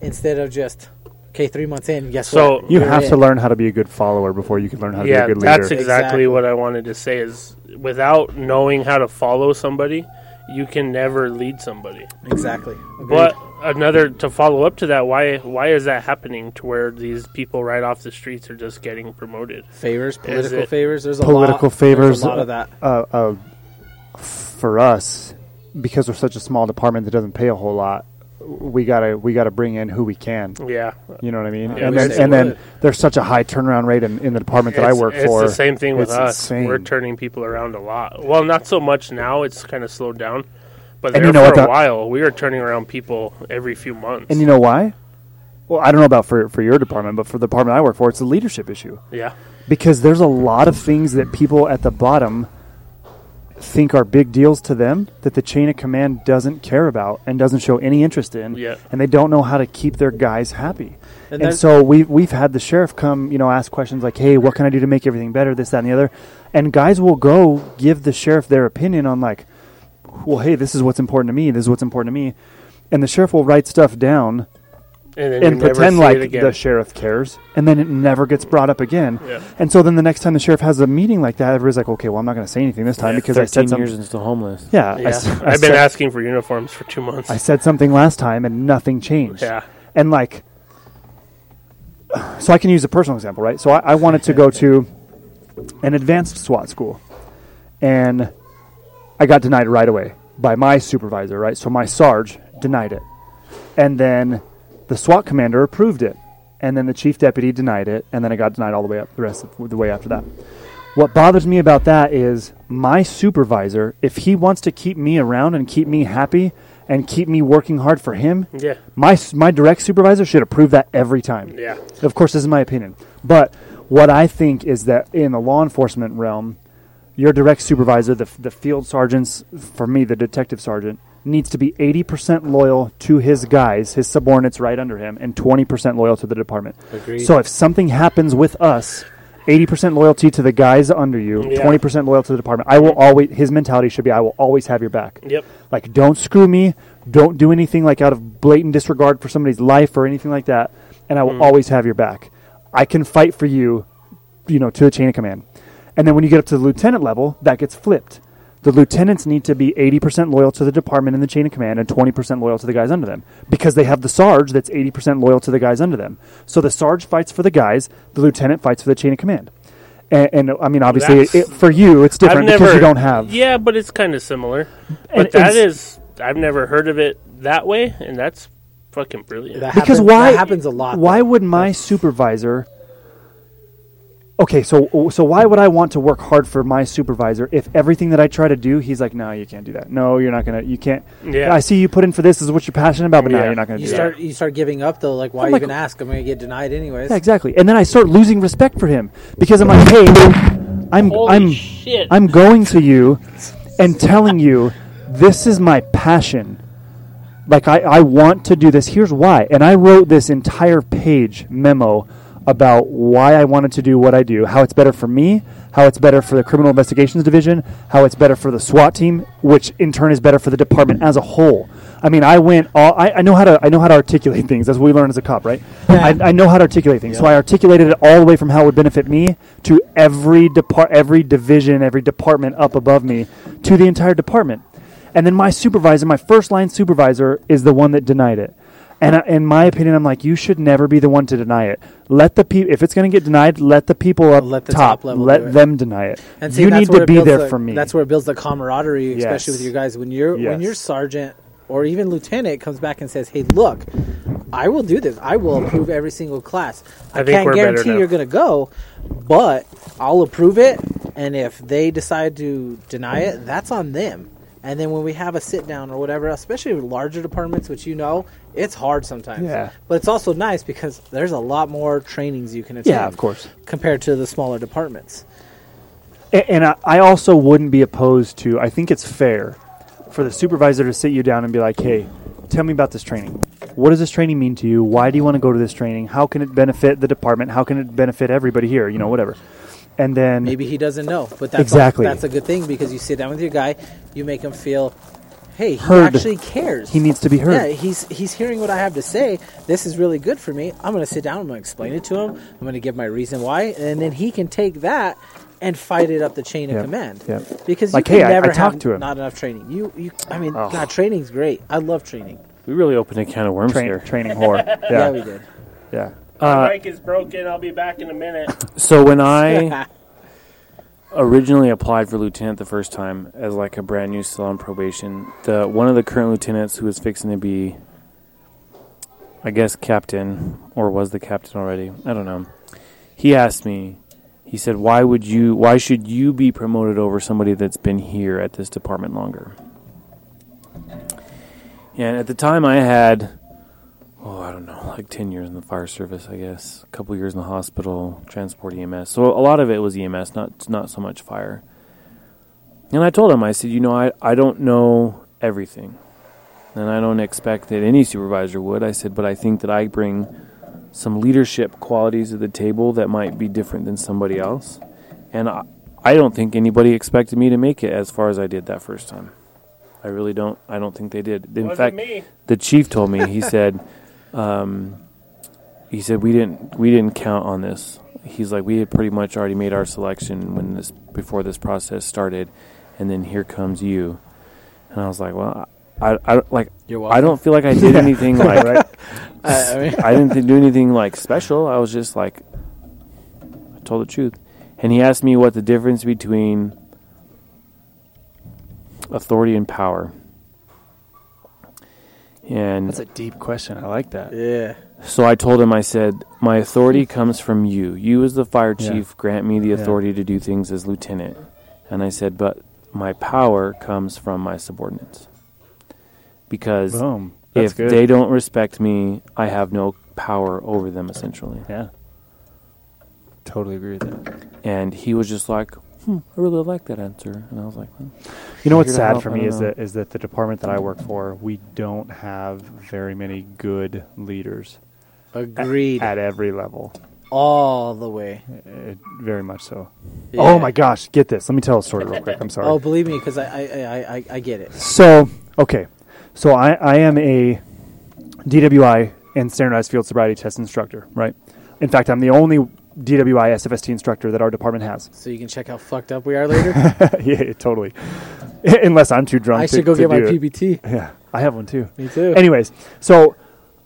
instead of just okay three months in guess So- what You You're have in. to learn how to be a good follower before you can learn how to yeah. be a good leader. That's exactly, Exactly. what I wanted to say. Is without knowing how to follow somebody, you can never lead somebody. exactly Agreed. But another to follow up to that, why why is that happening? To where these people right off the streets are just getting promoted? favors political it- favors there's a Political lot, favors, there's a lot of that uh, uh, for us, because we're such a small department that doesn't pay a whole lot, we gotta we gotta bring in who we can. Yeah, You know what I mean? Yeah, and we then stay and with then it. there's such a high turnaround rate in, in the department that I It's- work it's for. the same thing with It's us. insane. We're turning people around a lot. Well, not so much now. It's kind of slowed down. But there And you know for what a the- while, we were turning around people every few months. and you know why? Well, I don't know about for for your department, but for the department I work for, it's a leadership issue. yeah, because there's a lot of things that people at the bottom think are big deals to them that the chain of command doesn't care about and doesn't show any interest in Yeah. and they don't know how to keep their guys happy And and, there's- so we, we've had the sheriff come you know ask questions like hey what can i do to make everything better this that and the other and guys will go give the sheriff their opinion on like well hey this is what's important to me this is what's important to me and the sheriff will write stuff down and, then and you never pretend see like it again. the sheriff cares, and then it never gets brought up again. Yeah. And so then the next time the sheriff has a meeting like that, everybody's like, "Okay, well, I'm not going to say anything this time because I 13 said something." years and still homeless. yeah, I yeah. s- I I have said, been asking for uniforms for two months. I said something last time, and nothing changed. Yeah. and like, so I can use a personal example, right? So I, I wanted to go to an advanced SWAT school, and I got denied right away by my supervisor, right? So my sarge denied it. And then the SWAT commander approved it. And then the chief deputy denied it. And then it got denied all the way up the rest of the way after that. What bothers me about that is my supervisor, if he wants to keep me around and keep me happy and keep me working hard for him, Yeah. my, s- my direct supervisor should approve that every time. Yeah. Of course, this is my opinion. But what I think is that in the law enforcement realm, your direct supervisor, the, the field sergeants, for me, the detective sergeant, needs to be 80% loyal to his guys, his subordinates right under him, and 20% loyal to the department. Agreed. So if something happens with us, 80% loyalty to the guys under you, Yeah. 20% loyal to the department. I will always, his mentality should be, I will always have your back. Yep. Like, don't screw me. Don't do anything like out of blatant disregard for somebody's life or anything like that. And I Mm. will always have your back. I can fight for you, you know, to the chain of command. And then when you get up to the lieutenant level, that gets flipped. The lieutenants need to be 80% loyal to the department in the chain of command and 20% loyal to the guys under them because they have the sarge that's 80% loyal to the guys under them. So the sarge fights for the guys, the lieutenant fights for the chain of command. And, and I mean, obviously, That's- it, for you, it's I've different never. because you don't have. Yeah, but it's kind of similar. And- But that and s- is, I've never heard of it that way, and that's fucking brilliant. that because happens, why that happens a lot Why though. would my supervisor? Okay, so so why would I want to work hard for my supervisor if everything that I try to do, he's like, no, you can't do that. No, you're not gonna, you can't. Yeah. I see you put in for this. This is what you're passionate about, but now Yeah. you're not gonna you do that. start you start giving up though like why I'm like- even ask i'm gonna get denied anyways Yeah, exactly. And then I start losing respect for him because I'm like, hey, I'm Holy I'm shit. I'm going to you and telling you, this is my passion. Like, I, I want to do this. Here's why. And I wrote this entire page memo about why I wanted to do what I do, how it's better for me, how it's better for the Criminal Investigations Division, how it's better for the SWAT team, which in turn is better for the department as a whole. I mean, I went all. I, I know how to. I know how to articulate things. That's what we learn as a cop, right? I, I know how to articulate things. So I articulated it all the way from how it would benefit me to every depart, every division, every department up above me, to the entire department. And then my supervisor, my first line supervisor, is the one that denied it. And I, in my opinion, I'm like, you should never be the one to deny it. Let the people. If it's going to get denied, let the people up Let the top. top level do let it. them deny it. And see, you that's need where to it be builds there the- for me. That's where it builds the camaraderie, especially Yes. with you guys. When your Yes. when your sergeant or even lieutenant comes back and says, "Hey, look, I will do this. I will approve every single class. I, I think can't we're better guarantee now." you're going to go, but I'll approve it. And if they decide to deny it, that's on them." And then when we have a sit down or whatever, especially with larger departments, which you know, it's hard sometimes. Yeah. But it's also nice because there's a lot more trainings you can attend. Yeah, of course. Compared to the smaller departments. A- And I, I also wouldn't be opposed to. I think it's fair for the supervisor to sit you down and be like, "Hey, tell me about this training. What does this training mean to you? Why do you want to go to this training? How can it benefit the department? How can it benefit everybody here? You know, whatever." And then Maybe he doesn't know, but that's Exactly. that's a good thing because you sit down with your guy, you make him feel, hey, he Heard. actually cares. he needs to be heard. Yeah, he's he's hearing what I have to say. This is really good for me. I'm going to sit down. I'm going to explain it to him. I'm going to give my reason why, and then he can take that and fight it up the chain of Yep, command. yep. Because Like, you can hey, I- I never have talked to him. not enough training. You you I mean, Oh. God, training's great. I love training. We really opened a can of worms Train, here. training whore. Yeah, Yeah, we did. yeah. mic is broken. I'll be back in a minute. So when I originally applied for lieutenant the first time as like a brand new still on probation, the one of the current lieutenants who was fixing to be, I guess captain or was the captain already? I don't know. He asked me. He said, "Why would you? Why should you be promoted over somebody that's been here at this department longer?" And at the time, I had oh, I don't know, like 10 years in the fire service, I guess. A couple years in the hospital, transport EMS. So a lot of it was EMS, not not so much fire. And I told him, I said, you know, I, I don't know everything. And I don't expect that any supervisor would. I said, but I think that I bring some leadership qualities to the table that might be different than somebody else. And I, I don't think anybody expected me to make it as far as I did that first time. I really don't. I don't think they did. In Wasn't fact, me. the chief told me he said um, he said we didn't we didn't count on this he's like we had pretty much already made our selection when this before this process started and then here comes you and i was like well i, I like You're i don't feel like i did anything like I, I mean, I didn't th- do anything like special. I was just like, I told the truth. And he asked me what the difference between authority and power. And a deep question. I like that. yeah. so I told him, I said, My authority comes from you. You, as the fire Yeah. chief, grant me the authority to do things as lieutenant. And I said, But my power comes from my subordinates. Because Boom. That's if good. they don't respect me, I have no power over them, essentially. yeah. Totally agree with that. and he was just like, hmm, I really like that answer. And I was like, hmm. You know Figured what's it sad out, for I me don't is know. that is that the department that I work for, we don't have very many good leaders Agreed. at every level. all the way. It, very much so. Yeah. Oh my gosh, get this. Let me tell a story real quick. I'm sorry. Oh, believe me, because I, I, I, I, I get it. So okay, so I, I am a DWI and standardized field sobriety test instructor, right? In fact, I'm the only DWI SFST instructor that our department has. So you can check how fucked up we are later. yeah, totally. Unless I'm too drunk. I to- should go to get my do it. PBT. Yeah, I have one too. Me too. Anyways, so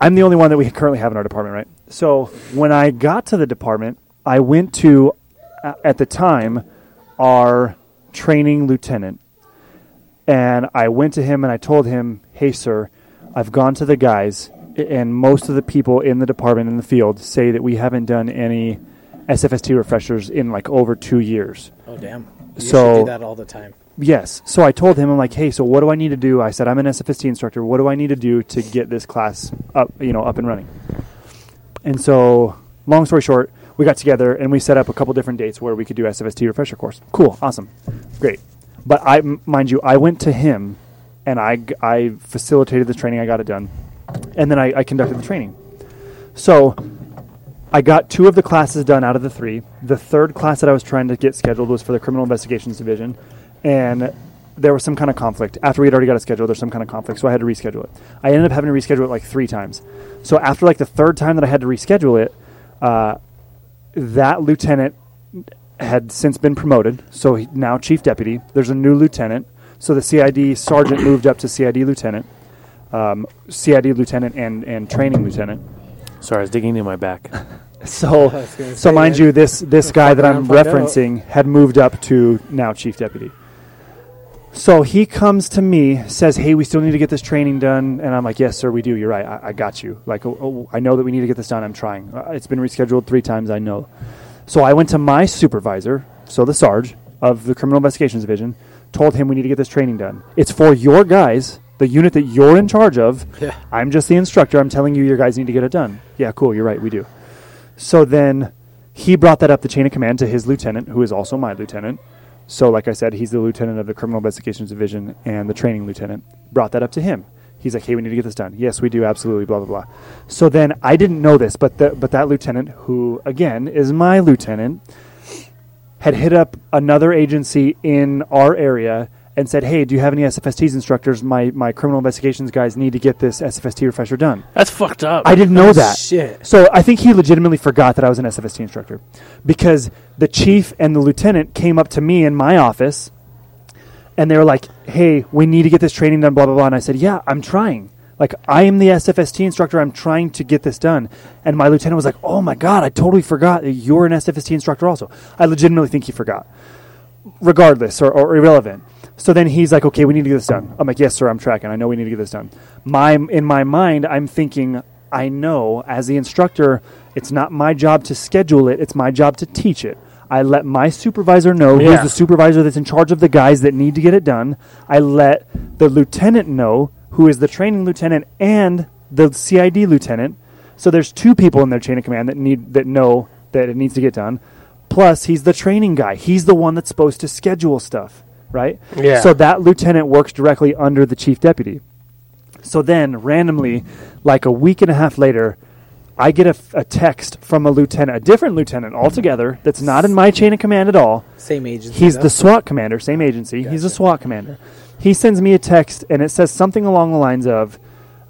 I'm the only one that we currently have in our department, right? So when I got to the department, I went to, a- at the time, our training lieutenant. And I went to him and I told him, hey, sir, I've gone to the guys, a- and most of the people in the department in the field say that we haven't done any SFST refreshers in like over two years. Oh damn. You So- should do that all the time. Yes. So I told him, I'm like, hey, so what do I need to do? I said, I'm an SFST instructor. What do I need to do to get this class up, you know, up and running? And so, long story short, we got together and we set up a couple different dates where we could do SFST refresher course. Cool. Awesome. Great. But I, m- mind you, I went to him, and I, g- I facilitated the training. I got it done, and then I, I conducted the training. So, I got two of the classes done out of the three. The third class that I was trying to get scheduled was for the Criminal Investigations Division, and there was some kind of conflict. After we had already got it scheduled, there's some kind of conflict, so I had to reschedule it. I ended up having to reschedule it like three times. So after like the third time that I had to reschedule it, uh, that lieutenant had since been promoted, so he, now chief deputy. There's a new lieutenant, so the CID sergeant moved up to CID lieutenant, um, CID lieutenant, and and training lieutenant. Sorry, I was digging into my back. So, was gonna so say, mind man. you, this this guy that around I'm and find out. referencing had moved up to now chief deputy. So he comes to me, says, "Hey, we still need to get this training done," and I'm like, "Yes, sir, we do. You're right. I, I got you. Like, oh, oh, I know that we need to get this done. I'm trying. Uh, it's been rescheduled three times. I know." So I went to my supervisor, so the Sarge of the Criminal Investigations Division, told him we need to get this training done. It's for your guys, the unit that you're in charge of. Yeah. I'm just the instructor. I'm telling you, your guys need to get it done. Yeah, cool. You're right. We do. So then he brought that up the chain of command to his lieutenant, who is also my lieutenant. So, like I said, he's the lieutenant of the Criminal Investigations Division and the training lieutenant. Brought that up to him. He's like, "Hey, we need to get this done." Yes, we do. Absolutely. Blah blah blah. So then I didn't know this, but the, but that lieutenant, who again is my lieutenant, had hit up another agency in our area and said, "Hey, do you have any SFSTs instructors? My my criminal investigations guys need to get this SFST refresher done." That's fucked up. I didn't know that. shit. So I think he legitimately forgot that I was an SFST instructor because the chief and the lieutenant came up to me in my office and they were like, "Hey, we need to get this training done." Blah blah blah. And I said, "Yeah, I'm trying. Like, I am the SFST instructor. I'm trying to get this done." And my lieutenant was like, "Oh my god, I totally forgot that you're an SFST instructor also." I legitimately think he forgot regardless or, or irrelevant. So then he's like, okay, we need to get this done. I'm like, yes, sir, I'm tracking. I know we need to get this done. My in my mind, I'm thinking, I know as the instructor, it's not my job to schedule it. It's my job to teach it. I let my supervisor know who's Yeah. the supervisor that's in charge of the guys that need to get it done. I let the lieutenant know who is the training lieutenant and the CID lieutenant. So there's two people in their chain of command that need that know that it needs to get done. Plus, he's the training guy. He's the one that's supposed to schedule stuff, right? Yeah. So that lieutenant works directly under the chief deputy. So then, randomly, like a week and a half later, I get a, f- a text from a lieutenant, a different lieutenant altogether, that's not in my chain of command at all. Same agency. He's though. the SWAT commander, same agency. He's a SWAT commander. He sends me a text, and it says something along the lines of,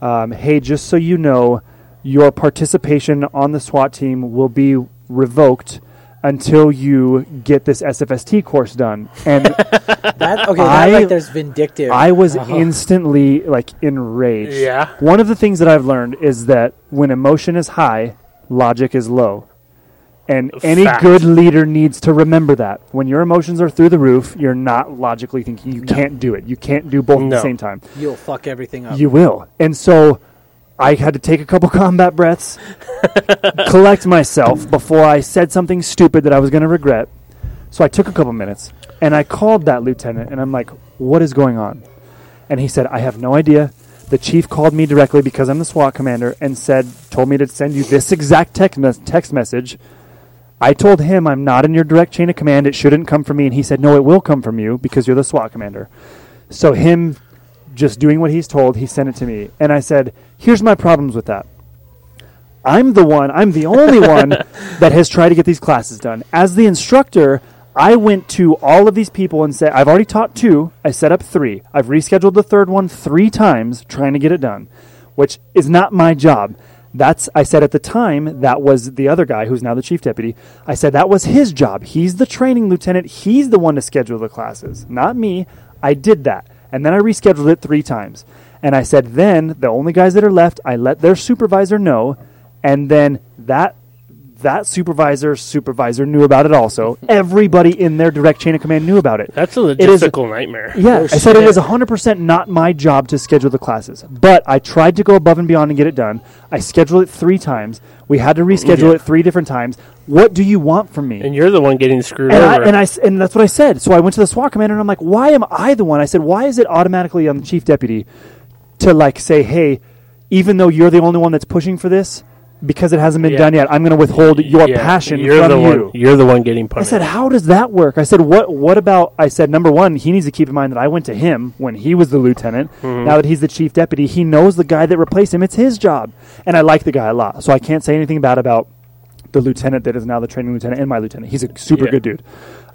um, "Hey, just so you know, your participation on the SWAT team will be revoked until you get this SFST course done." And That, okay, I- that right there's vindictive. I was instantly like enraged. Uh-huh. Yeah. One of the things that I've learned is that when emotion is high, logic is low. And any Fact. good leader needs to remember that. When your emotions are through the roof, you're not logically thinking. You can't do it. You can't do both at the No. same time. You'll fuck everything up. You will. And so I had to take a couple combat breaths, collect myself before I said something stupid that I was going to regret. So I took a couple minutes and I called that lieutenant and I'm like, what is going on? And he said, I have no idea. The chief called me directly because I'm the SWAT commander and said, told me to send you this exact tec- mes- text message. I told him I'm not in your direct chain of command. It shouldn't come from me. And he said, no, it will come from you because you're the SWAT commander. So him just doing what he's told, he sent it to me. And I said, here's my problems with that. I'm the one, I'm the only one that has tried to get these classes done. As the instructor, I went to all of these people and said, I've already taught two, I set up three. I've rescheduled the third one three times trying to get it done, which is not my job. That's, I said at the time, that was the other guy who's now the chief deputy. I said that was his job. He's the training lieutenant, he's the one to schedule the classes, not me. I did that. And then I rescheduled it three times. And I said, then the only guys that are left, I let their supervisor know. And then that that supervisor supervisor knew about it also. Everybody in their direct chain of command knew about it. That's a It is- logistical nightmare. yeah, I said it shit. was 100% not my job to schedule the classes, but I tried to go above and beyond and get it done. I scheduled it three times. We had to reschedule Yeah. it three different times. What do you want from me? And you're the one getting screwed and over. I, and I s- and that's what I said. So I went to the SWAT commander and I'm like, why am I the one? I said, why is it automatically on the chief deputy to like say, hey, even though you're the only one that's pushing for this, because it hasn't been Yeah. done yet, I'm going to withhold your Yeah, passion You're from the you. one. You're the one getting I punished. said, "How does that work?" I said, "What? What about?" I said, "Number one, he needs to keep in mind that I went to him when he was the lieutenant. Mm-hmm. Now that he's the chief deputy, he knows the guy that replaced him. It's his job, and I like the guy a lot, so I can't say anything bad about the lieutenant that is now the training lieutenant and my lieutenant. He's a super Yeah. good dude.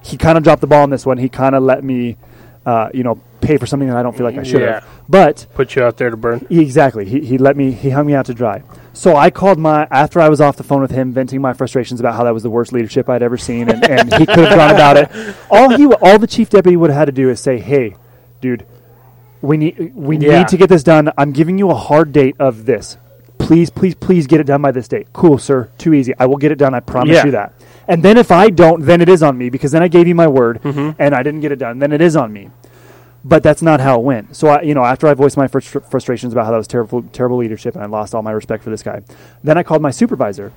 He kind of dropped the ball on this one. He kind of let me, uh, you know, pay for something that I don't feel like I should Yeah. have. But Put you out there to burn. he- Exactly. He, he let me, he hung me out to dry. So I called my, after I was off the phone with him, venting my frustrations about how that was the worst leadership I'd ever seen and, and he could have gone about it. All he, all the chief deputy would have had to do is say, hey, dude, we need, we Yeah. need to get this done. I'm giving you a hard date of this. Please, please, please get it done by this date. Cool, sir. Too easy. I will get it done. I promise Yeah. you that. And then if I don't, then it is on me because then I gave you my word and I didn't get it done. Then it is on me but that's not how it went. So I, you know, after I voiced my frust- frustrations about how that was terrible, terrible leadership, and I lost all my respect for this guy, then I called my supervisor,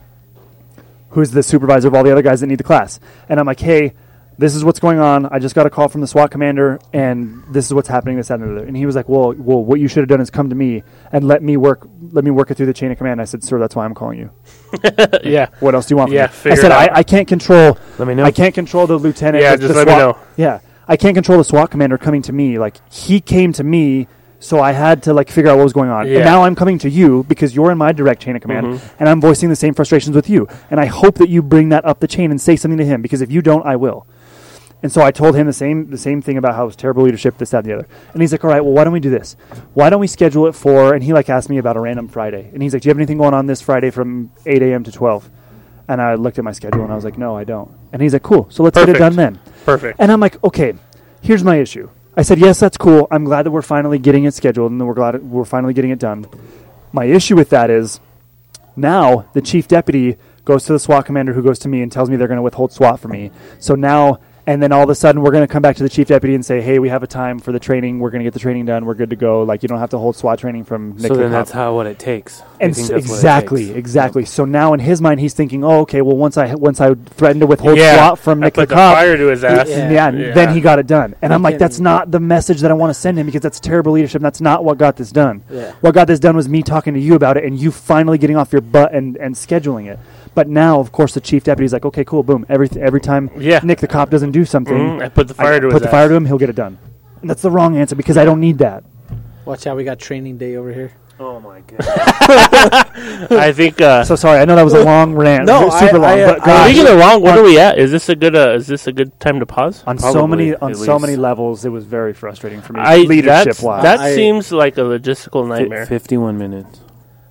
who's the supervisor of all the other guys that need the class, and I'm like, hey. This is what's going on. I just got a call from the SWAT commander, and this is what's happening. This, that, and the other. And he was like, "Well, well, what you should have done is come to me and let me work. Let me work it through the chain of command." I said, "Sir, that's why I'm calling you. yeah. What else do you want?" From Yeah, me? I figure said, it out. I, "I can't control. Let me know. I can't control the lieutenant. Yeah, the- just the let me SWAT know. yeah, I can't control the SWAT commander coming to me. Like he came to me, so I had to like figure out what was going on. Yeah. Mm-hmm. And now I'm coming to you because you're in my direct chain of command, and I'm voicing the same frustrations with you. And I hope that you bring that up the chain and say something to him because if you don't, I will. And so I told him the same the same thing about how it was terrible leadership, this, that, and the other. And he's like, "All right, well, why don't we do this? Why don't we schedule it for?" And he like asked me about a random Friday, and he's like, "Do you have anything going on this Friday from 8 a.m. to 12?" And I looked at my schedule and I was like, "No, I don't." And he's like, "Cool, so let's get Perfect. it done then." Perfect. And I'm like, okay, here's my issue. I said, yes, that's cool. I'm glad that we're finally getting it scheduled and that we're glad we're finally getting it done. My issue with that is now the chief deputy goes to the SWAT commander who goes to me and tells me they're going to withhold SWAT from me. So now, and then all of a sudden we're going to come back to the chief deputy and say, hey, we have a time for the training. We're going to get the training done. We're good to go. Like, you don't have to hold SWAT training from Nick So the then cop that's how what it takes. They and think so- that's what it exactly, takes. exactly. So now in his mind, he's thinking, "Oh, okay. Well, once I once I threatened to withhold Yeah, SWAT from I Nick put the the cop, fire to his ass. yeah, Yeah. and Yeah. then he got it done." And I'm like, can- "That's not the message that I want to send him because that's terrible leadership. That's not what got this done. Yeah. What got this done was me talking to you about it and you finally getting off your butt and and scheduling it." But now, of course, the chief deputy's like, "Okay, cool, boom. Every every time Yeah. Nick the cop doesn't do something, Mm-hmm. Mhm, I put the fire I to his put the ass. fire to him. He'll get it done." And that's the wrong answer because I don't need that. Watch out, we got training day over here. Oh my god! I think. Uh, So sorry, I know that was a long rant, No, super I- long. I- but I- gosh. speaking of wrong, what are we at? Is this a good? Uh, is this a good time to pause? on so Probably, many at on so least. many levels it was very frustrating for me I leadership that's- wise That I- seems like a logistical nightmare. Fifty-one minutes.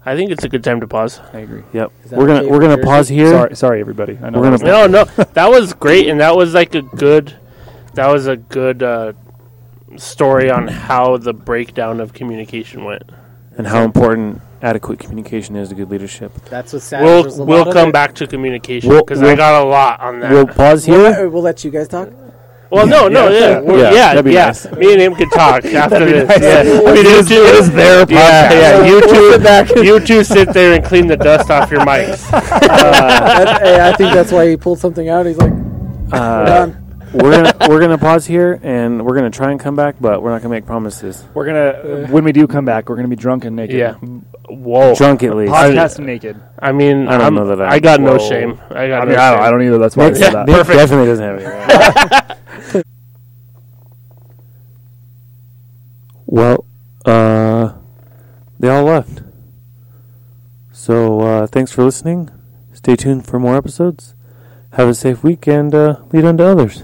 I think it's a good time to pause. i agree Yep. Is that We're gonna okay we're with gonna yours? pause here. sorry sorry everybody i know We're that gonna- was- No, no, that was great, and that was like a good. That was a good uh, story on how the breakdown of communication went. And how important adequate communication is to good leadership. That's what Savage was a We'll lot we'll of come it. back to communication We'll- because I we'll- got a lot on that. We'll pause here. We'll, we'll let you guys talk. well, no, no, yeah, yeah, we're, Yeah, yeah. that'd be yeah. nice. Me and him could talk after this. Yeah. I mean, it is, it is their podcast. Yeah, yeah. You two, you two sit there and clean the dust off your mics. That's- hey, I think that's why he pulled something out. He's like, Uh, done. we're gonna, we're gonna pause here, and we're gonna try and come back, but we're not gonna make promises. we're gonna when we do come back we're gonna be drunk and naked Yeah. Whoa. Drunk at least. podcast naked I mean, I don't I'm- know that I- I, got no Whoa. shame. I got i no mean i shame. don't, I don't either that's why i Nick, said that Nick definitely doesn't have anything. well, uh, they all left. So uh, thanks for listening. Stay tuned for more episodes. Have a safe week and uh, lead on to others.